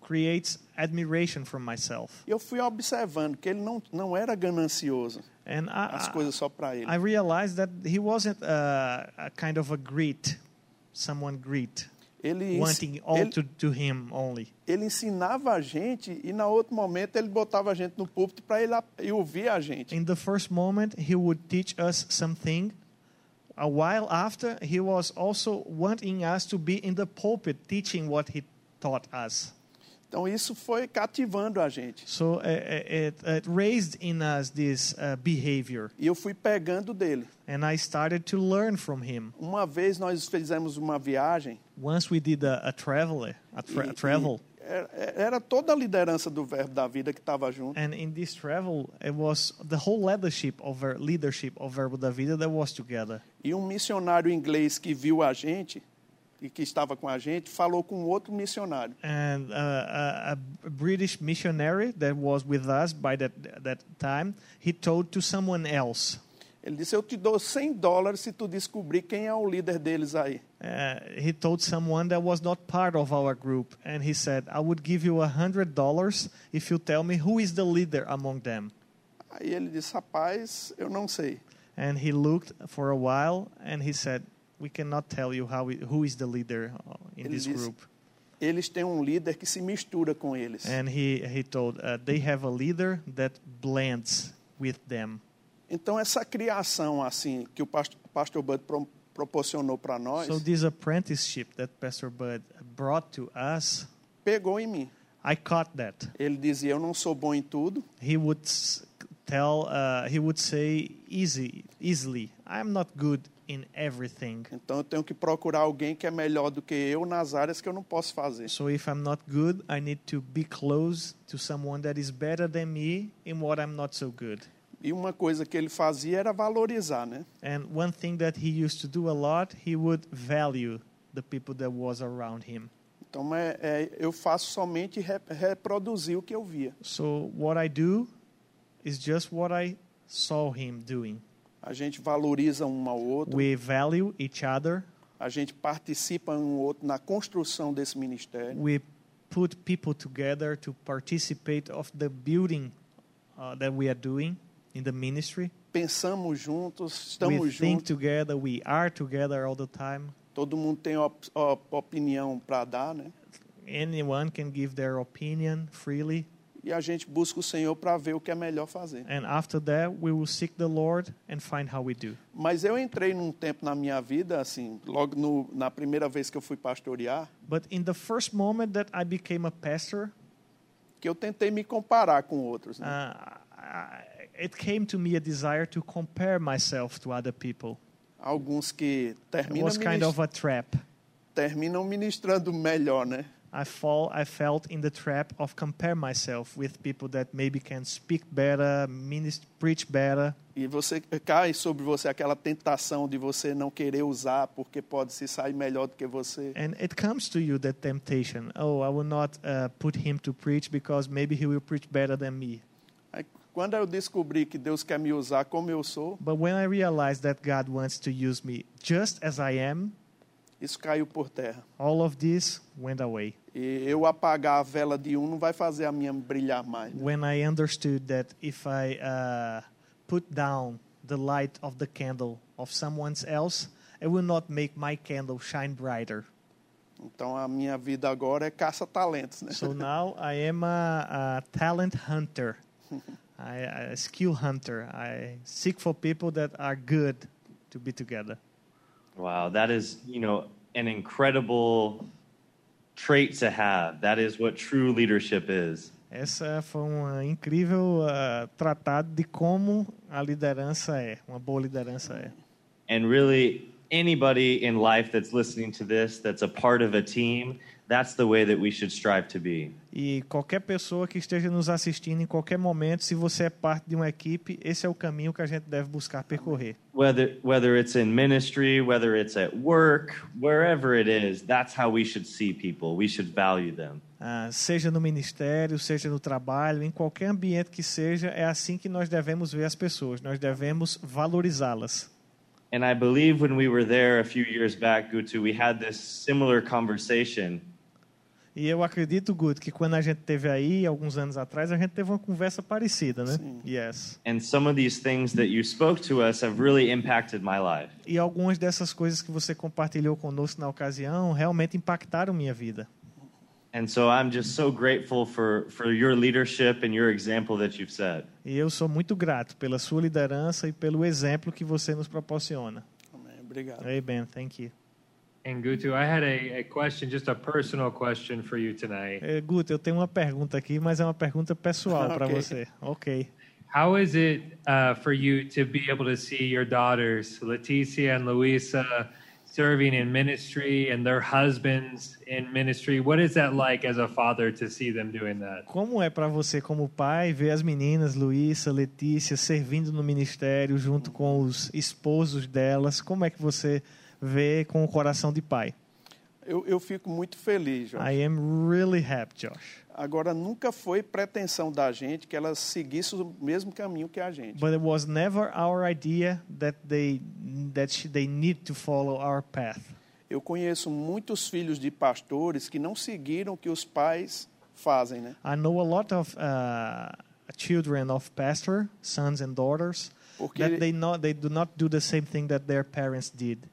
[SPEAKER 2] creates admiration from myself.
[SPEAKER 3] Eu fui observando que ele não, não era ganancioso,
[SPEAKER 2] And
[SPEAKER 3] as
[SPEAKER 2] I,
[SPEAKER 3] coisas só para ele.
[SPEAKER 2] I realized that he wasn't uh, a kind of a greed, someone greed,
[SPEAKER 3] Ele,
[SPEAKER 2] wanting
[SPEAKER 3] ensi-
[SPEAKER 2] all
[SPEAKER 3] ele,
[SPEAKER 2] to, to him only.
[SPEAKER 3] ele ensinava a gente e, na outro momento, ele botava a gente no púlpito para ele, a- e ouvir a gente.
[SPEAKER 2] In the first moment, he would teach us something. A while after, he was also wanting us to be in the pulpit teaching what he taught us.
[SPEAKER 3] Então, isso foi cativando a gente.
[SPEAKER 2] So uh, uh, it, it raised in us this uh, behavior,
[SPEAKER 3] E eu fui pegando dele.
[SPEAKER 2] and I started to learn from him.
[SPEAKER 3] Uma vez nós fizemos uma viagem.
[SPEAKER 2] Once we did a, a travel, a tra-
[SPEAKER 3] e-
[SPEAKER 2] travel,
[SPEAKER 3] e era, era toda a liderança do Verbo da Vida que estava junto.
[SPEAKER 2] and in this travel, it was the whole leadership of our leadership of Verbo da Vida that was together.
[SPEAKER 3] E um missionário inglês que viu a gente e que estava com a gente falou com outro missionário.
[SPEAKER 2] and uh, a, a British missionary that was with us by that that time, he told to someone else.
[SPEAKER 3] Ele disse: Eu te dou 100 dólares se tu descobrir quem é o líder deles aí.
[SPEAKER 2] Uh, he told someone that was not part of our group, and he said, "I would give you a hundred dollars if you tell me who is the leader among them."
[SPEAKER 3] Aí ele disse: Rapaz, eu não sei.
[SPEAKER 2] And he looked for a while, and he said, "We cannot tell you how we, who is the leader uh, in
[SPEAKER 3] Ele
[SPEAKER 2] this
[SPEAKER 3] disse-
[SPEAKER 2] group."
[SPEAKER 3] Eles têm um líder que se mistura com eles.
[SPEAKER 2] And he he told, uh, "They have a leader that blends with them."
[SPEAKER 3] Então, essa criação assim que o past- pastor Bud pro- proporcionou para nós
[SPEAKER 2] So this apprenticeship that Pastor Bud brought to us,
[SPEAKER 3] pegou em mim.
[SPEAKER 2] I caught that.
[SPEAKER 3] Ele dizia: Eu não sou bom em tudo,
[SPEAKER 2] He would s- tell, uh, he would say easy, easily, I'm not good in everything.
[SPEAKER 3] então eu tenho que procurar alguém que é melhor do que eu nas áreas que eu não posso fazer.
[SPEAKER 2] So if I'm not good, I need to be close to someone that is better than me in what I'm not so good.
[SPEAKER 3] E uma coisa que ele fazia era valorizar, né?
[SPEAKER 2] And one thing that he used to do a lot, he would value the people that was around him.
[SPEAKER 3] Então é, é- eu faço somente re- reproduzir o que eu via.
[SPEAKER 2] So what I do is just what I saw him doing.
[SPEAKER 3] A gente valoriza um ao outro,
[SPEAKER 2] We value each other.
[SPEAKER 3] a gente participa um ao outro na construção desse ministério.
[SPEAKER 2] We put people together to participate of the building uh, that we are doing in the ministry.
[SPEAKER 3] Pensamos juntos, estamos
[SPEAKER 2] we think
[SPEAKER 3] juntos.
[SPEAKER 2] together. We are together all the time.
[SPEAKER 3] Todo mundo tem op- op- opinião para dar, né?
[SPEAKER 2] Anyone can give their opinion freely.
[SPEAKER 3] E a gente busca o Senhor para ver o que é melhor fazer.
[SPEAKER 2] And after that, we will seek the Lord and find how we do.
[SPEAKER 3] Mas eu entrei num tempo na minha vida, assim, logo no, na primeira vez que eu fui pastorear,
[SPEAKER 2] But in the first moment that I became a pastor,
[SPEAKER 3] que eu tentei me comparar com outros.
[SPEAKER 2] uh,
[SPEAKER 3] Né?
[SPEAKER 2] I, it came to me a desire to compare myself to other people.
[SPEAKER 3] Alguns que
[SPEAKER 2] It
[SPEAKER 3] terminam,
[SPEAKER 2] was kind
[SPEAKER 3] minis-
[SPEAKER 2] of a trap.
[SPEAKER 3] terminam ministrando melhor, né?
[SPEAKER 2] I fall. I felt in the trap of compare myself with people that maybe can speak better, minister, preach better,
[SPEAKER 3] E você cai sobre você aquela tentação de você não querer usar porque pode se sair melhor do que você.
[SPEAKER 2] and it comes to you that temptation. Oh, I will not uh, put him to preach because maybe he will preach better than me.
[SPEAKER 3] Aí, quando eu descobri que Deus quer me usar como eu sou,
[SPEAKER 2] But when I realized that God wants to use me just as I am,
[SPEAKER 3] isso caiu por terra.
[SPEAKER 2] all of this went away.
[SPEAKER 3] E eu apagar a vela de um não vai fazer a minha brilhar mais. né?
[SPEAKER 2] When I understood that if I uh, put down the light of the candle of someone else, it will not make my candle shine brighter.
[SPEAKER 3] Então a minha vida agora é caça-talentos, né?
[SPEAKER 2] So now I am a, a talent hunter, I, a skill hunter. I seek for people that are good to be together.
[SPEAKER 4] Wow, that is, you know, an incredible trait to have. That is what true leadership is.
[SPEAKER 2] Essa foi um incrível ah, tratado de como a liderança é, uma boa liderança é.
[SPEAKER 4] And really, anybody in life that's listening to this, that's a part of a team, that's the way that we should strive to be.
[SPEAKER 2] E qualquer pessoa que esteja nos assistindo em qualquer momento, se você é parte de uma equipe, esse é o caminho que a gente deve buscar percorrer.
[SPEAKER 4] Whether, whether it's in ministry, whether it's at work, wherever it is, that's how we should see people. We should value them.
[SPEAKER 2] Ah, seja no ministério, seja no trabalho, em qualquer ambiente que seja, é assim que nós devemos ver as pessoas, nós devemos valorizá-las.
[SPEAKER 4] And I believe when we were there a few years back, Gutu, we had this similar conversation.
[SPEAKER 2] E eu acredito, Guto, que quando a gente teve aí, alguns anos atrás, a gente teve uma conversa parecida, né? Yes.
[SPEAKER 4] And some of these things that you spoke to us have really impacted my life.
[SPEAKER 2] E algumas dessas coisas que você compartilhou conosco na ocasião realmente impactaram minha vida.
[SPEAKER 4] And so I'm just so grateful for, for your leadership and your example that you've set.
[SPEAKER 2] E eu sou muito grato pela sua liderança e pelo exemplo que você nos proporciona.
[SPEAKER 3] Amém. Obrigado.
[SPEAKER 2] Amen. Thank you.
[SPEAKER 1] And Gutu, I had a, a question, just a personal question for you tonight.
[SPEAKER 2] Eh, Guto, eu tenho uma pergunta aqui, mas é uma pergunta pessoal para
[SPEAKER 3] Ok.
[SPEAKER 2] você. Ok.
[SPEAKER 1] How is it uh, for you to be able to see your daughters, Leticia and Luisa, serving in ministry and their husbands in ministry? What is that like as a father to see them doing that?
[SPEAKER 2] Como é para você, como pai, ver as meninas, Luísa, Letícia, servindo no ministério junto com os esposos delas? Como é que você vê com o coração de pai?
[SPEAKER 3] Eu, eu fico muito feliz, Jorge.
[SPEAKER 2] I am really happy, Josh.
[SPEAKER 3] Agora, nunca foi pretensão da gente que elas seguissem o mesmo caminho que a gente.
[SPEAKER 2] But it was never our idea that they that she, they need to follow our path.
[SPEAKER 3] Eu conheço muitos filhos de pastores que não seguiram o que os pais fazem, né?
[SPEAKER 2] I know a lot of uh, children of pastor, sons and daughters,
[SPEAKER 3] Porque-
[SPEAKER 2] that they not they do not do the same thing that their parents did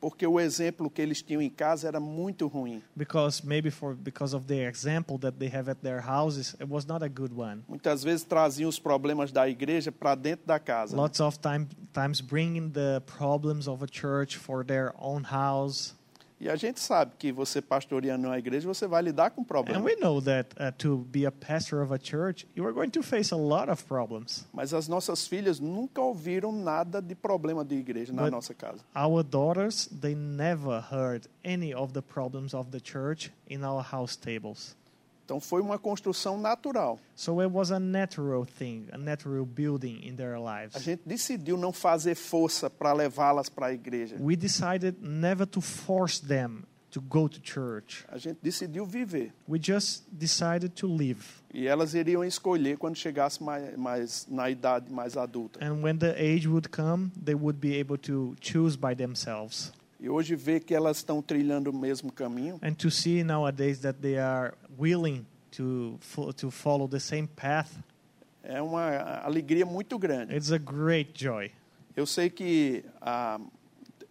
[SPEAKER 3] Porque o exemplo que eles tinham em casa era muito ruim.
[SPEAKER 2] because maybe for because of the example that they have at their houses, it was not a good one.
[SPEAKER 3] Muitas vezes traziam os problemas da igreja para dentro da casa. né?
[SPEAKER 2] Lots of time, times bringing the problems of a church for their own house,
[SPEAKER 3] E a gente sabe que você pastoreando uma igreja, você vai lidar com
[SPEAKER 2] and
[SPEAKER 3] problemas.
[SPEAKER 2] we know that uh, to be a pastor of a church, you are going to face a lot of problems.
[SPEAKER 3] Mas as nossas filhas nunca ouviram nada de problema de igreja na
[SPEAKER 2] But-
[SPEAKER 3] nossa casa.
[SPEAKER 2] Our daughters, they never heard any of the problems of the church in our house tables.
[SPEAKER 3] Então foi uma construção natural.
[SPEAKER 2] So it was a natural thing, a natural building in their lives.
[SPEAKER 3] A gente decidiu não fazer força para levá-las para a igreja.
[SPEAKER 2] We decided never to force them to go to church.
[SPEAKER 3] A gente decidiu viver.
[SPEAKER 2] We just decided to live.
[SPEAKER 3] E elas iriam escolher quando chegasse mais, mais na idade mais adulta.
[SPEAKER 2] And when the age would come, they would be able to choose by themselves.
[SPEAKER 3] E hoje ver que elas estão trilhando o mesmo caminho
[SPEAKER 2] And to see nowadays that they are willing to fo- to follow the same path,
[SPEAKER 3] é uma alegria muito grande.
[SPEAKER 2] it's a great joy.
[SPEAKER 3] Eu sei que a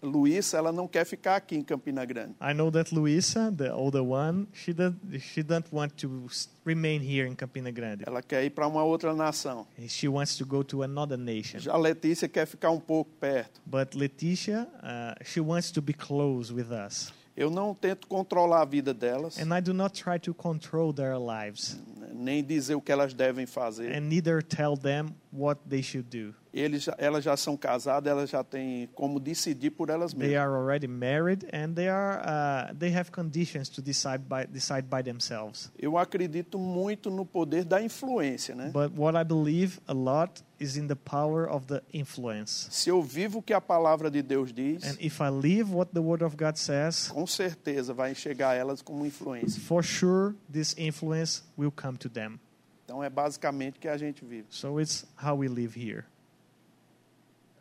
[SPEAKER 3] Luísa, ela não quer ficar aqui em Campina Grande.
[SPEAKER 2] I know that Luisa, the older one, she doesn't she doesn't want to s- remain here in Campina Grande.
[SPEAKER 3] Ela quer ir para uma outra nação.
[SPEAKER 2] She wants to go to another nation.
[SPEAKER 3] Já a Letícia quer ficar um pouco perto.
[SPEAKER 2] But Letitia, uh, she wants to be close with us,
[SPEAKER 3] Eu não tento controlar a vida delas, né,
[SPEAKER 2] and I do not try to control their lives.
[SPEAKER 3] nem dizer o que elas devem fazer.
[SPEAKER 2] and neither tell them what they should do.
[SPEAKER 3] Eles, já- elas já são casadas, elas já têm como decidir por elas
[SPEAKER 2] They
[SPEAKER 3] mesmas.
[SPEAKER 2] are already married, and they are uh, they have conditions to decide by decide by themselves.
[SPEAKER 3] Eu acredito muito no poder da influência, né?
[SPEAKER 2] But what I believe a lot is in the power of the influence.
[SPEAKER 3] Se eu vivo o que a palavra de Deus diz,
[SPEAKER 2] And if I live what the Word of God says,
[SPEAKER 3] com certeza vai enxergar elas como influência.
[SPEAKER 2] for sure this influence will come to them.
[SPEAKER 3] Então é basicamente o que a gente vive.
[SPEAKER 2] So it's how we live here.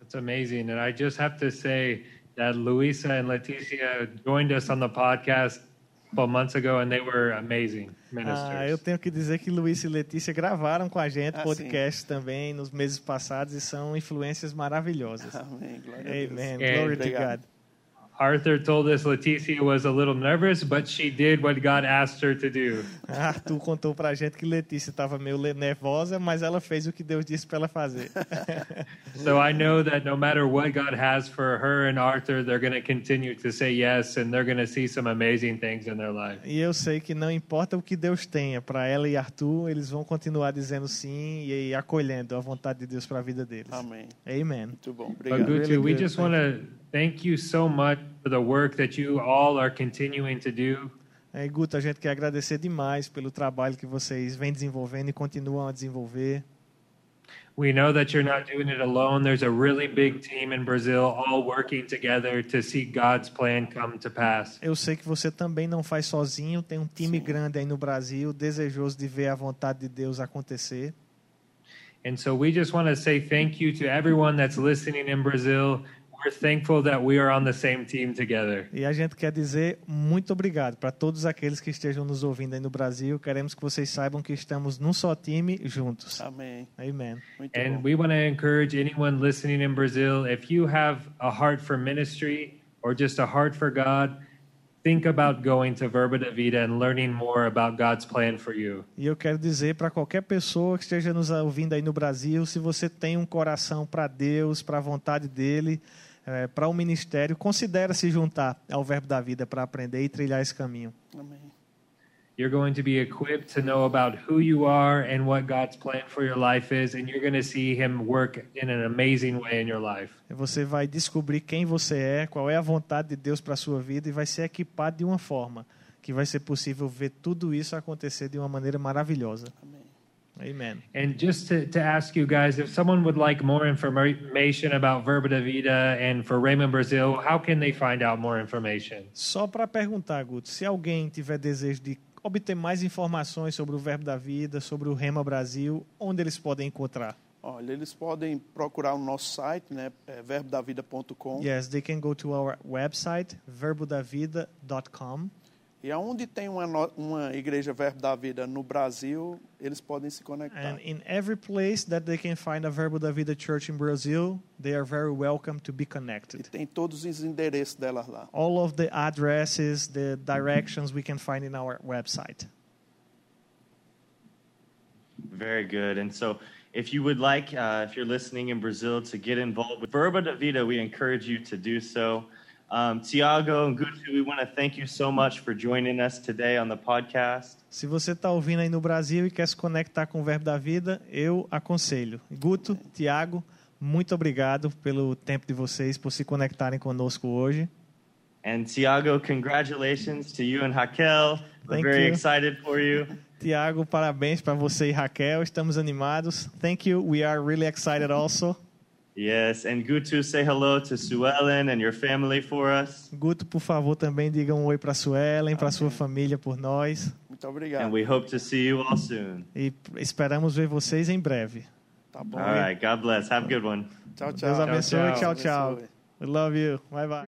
[SPEAKER 1] That's amazing. And I just have to say that Luisa and Leticia joined us on the podcast a couple months ago, and they were amazing
[SPEAKER 2] Ah, eu
[SPEAKER 1] ministers.
[SPEAKER 2] tenho que dizer que Luiz e Letícia gravaram com a gente
[SPEAKER 3] Ah, sim.
[SPEAKER 2] podcast também nos meses passados e são influências maravilhosas.
[SPEAKER 3] Amém. Glória a Deus.
[SPEAKER 2] Amen.
[SPEAKER 1] É,
[SPEAKER 2] Glory to
[SPEAKER 3] obrigado.
[SPEAKER 2] God.
[SPEAKER 1] Arthur told us Leticia was a little nervous, but she did what God asked her to do.
[SPEAKER 2] Ah, Arthur contou pra gente que Letícia estava meio le- nervosa, mas ela fez o que Deus disse pra ela fazer.
[SPEAKER 1] So I know that no matter what God has for her and Arthur, they're going to continue to say yes, and they're going to see some amazing things in their life.
[SPEAKER 2] e eu sei que não importa o que Deus tenha pra ela e Arthur, eles vão continuar dizendo sim e acolhendo a vontade de Deus pra vida deles.
[SPEAKER 3] Amém.
[SPEAKER 2] Amen.
[SPEAKER 3] Muito bom.
[SPEAKER 1] But
[SPEAKER 3] Obrigado.
[SPEAKER 1] Gutu,
[SPEAKER 2] Really
[SPEAKER 1] we
[SPEAKER 2] good,
[SPEAKER 1] just
[SPEAKER 2] thank
[SPEAKER 1] want to thank you so much for the work that you all are continuing to do.
[SPEAKER 2] É, Guto, a gente quer agradecer demais pelo trabalho que vocês vêm desenvolvendo e continuam a desenvolver.
[SPEAKER 1] We know that you're not doing it alone. There's a really big team in Brazil all working together to see God's plan come to pass.
[SPEAKER 2] Eu sei que você também não faz sozinho, tem um time grande aí no Brasil, desejoso de ver a vontade de Deus acontecer.
[SPEAKER 1] And so we just want to say thank you to everyone that's listening in Brazil. We're thankful that we are on the same team together.
[SPEAKER 2] E a gente quer dizer muito obrigado para todos aqueles que estejam nos ouvindo aí no Brasil. Queremos que vocês saibam que estamos num só time juntos.
[SPEAKER 3] Amém.
[SPEAKER 2] Amém.
[SPEAKER 3] Muito
[SPEAKER 1] And
[SPEAKER 3] bom.
[SPEAKER 1] we want to encourage anyone listening in Brazil if you have a heart for ministry or just a heart for God, think about going to Verba da Vida and learning more about God's plan for you.
[SPEAKER 2] E eu quero dizer para qualquer pessoa que esteja nos ouvindo aí no Brasil, se você tem um coração para Deus, para a vontade dele, para o ministério, considere se juntar ao Verbo da Vida para aprender e trilhar esse caminho.
[SPEAKER 3] Amém.
[SPEAKER 1] You're going to be equipped to know about who you are and what God's plan for your life is, and you're going to see Him work in an amazing way in your life.
[SPEAKER 2] É Você vai descobrir quem você é, qual é a vontade de Deus para a sua vida e vai ser equipado de uma forma que vai ser possível ver tudo isso acontecer de uma maneira maravilhosa.
[SPEAKER 3] Amém.
[SPEAKER 2] Amém.
[SPEAKER 1] And just to, to ask you guys, if someone would like more information about Verba da Vida and for Raymond Brazil, how can they find out more information?
[SPEAKER 2] Só para perguntar, Guto, se alguém tiver desejo de obter mais informações sobre o Verbo da Vida, sobre o Rema Brasil, onde eles podem encontrar?
[SPEAKER 3] Olha, eles podem procurar o nosso site, né? É verbodavida.com.
[SPEAKER 2] Yes, they can go to our website verbodavida.com.
[SPEAKER 3] E aonde tem uma, no- uma igreja Verbo da Vida no Brasil, eles podem se conectar.
[SPEAKER 2] And in every place that they can find a Verbo da Vida church in Brazil, they are very welcome to be
[SPEAKER 3] E
[SPEAKER 2] connected.
[SPEAKER 3] tem todos os endereços delas lá.
[SPEAKER 2] all of the addresses, the directions we can find in our website.
[SPEAKER 4] Very good. And so, if you would like, uh, if you're listening in Brazil, to get involved with Verba da Vida, we encourage you to do so. Um, Tiago and Gutu, we want to thank you so much for joining us today on the podcast.
[SPEAKER 2] Se você está ouvindo aí no Brasil e quer se conectar com o Verbo da Vida, eu aconselho. Guto, Tiago, muito obrigado pelo tempo de vocês, por se conectarem conosco hoje.
[SPEAKER 4] And Tiago, congratulations to you and Raquel. We're
[SPEAKER 2] Thank
[SPEAKER 4] very
[SPEAKER 2] you.
[SPEAKER 4] excited for you.
[SPEAKER 2] Tiago, parabéns para você e Raquel. Estamos animados. Thank you. We are really excited also.
[SPEAKER 4] Yes, and Gutu, say hello to Sue Ellen and your family for us.
[SPEAKER 2] Guto, por favor, também diga um oi para Suelen, para sua família, por nós.
[SPEAKER 3] Muito
[SPEAKER 4] And
[SPEAKER 3] obrigado.
[SPEAKER 4] we hope to see you all soon.
[SPEAKER 2] E esperamos ver vocês em breve.
[SPEAKER 3] Tá bom.
[SPEAKER 4] All right. God bless. Have a good one.
[SPEAKER 3] Tchau, tchau.
[SPEAKER 2] Deus abençoe.
[SPEAKER 1] tchau.
[SPEAKER 2] tchau. tchau.
[SPEAKER 3] Abençoe.
[SPEAKER 2] We love you. Bye, bye.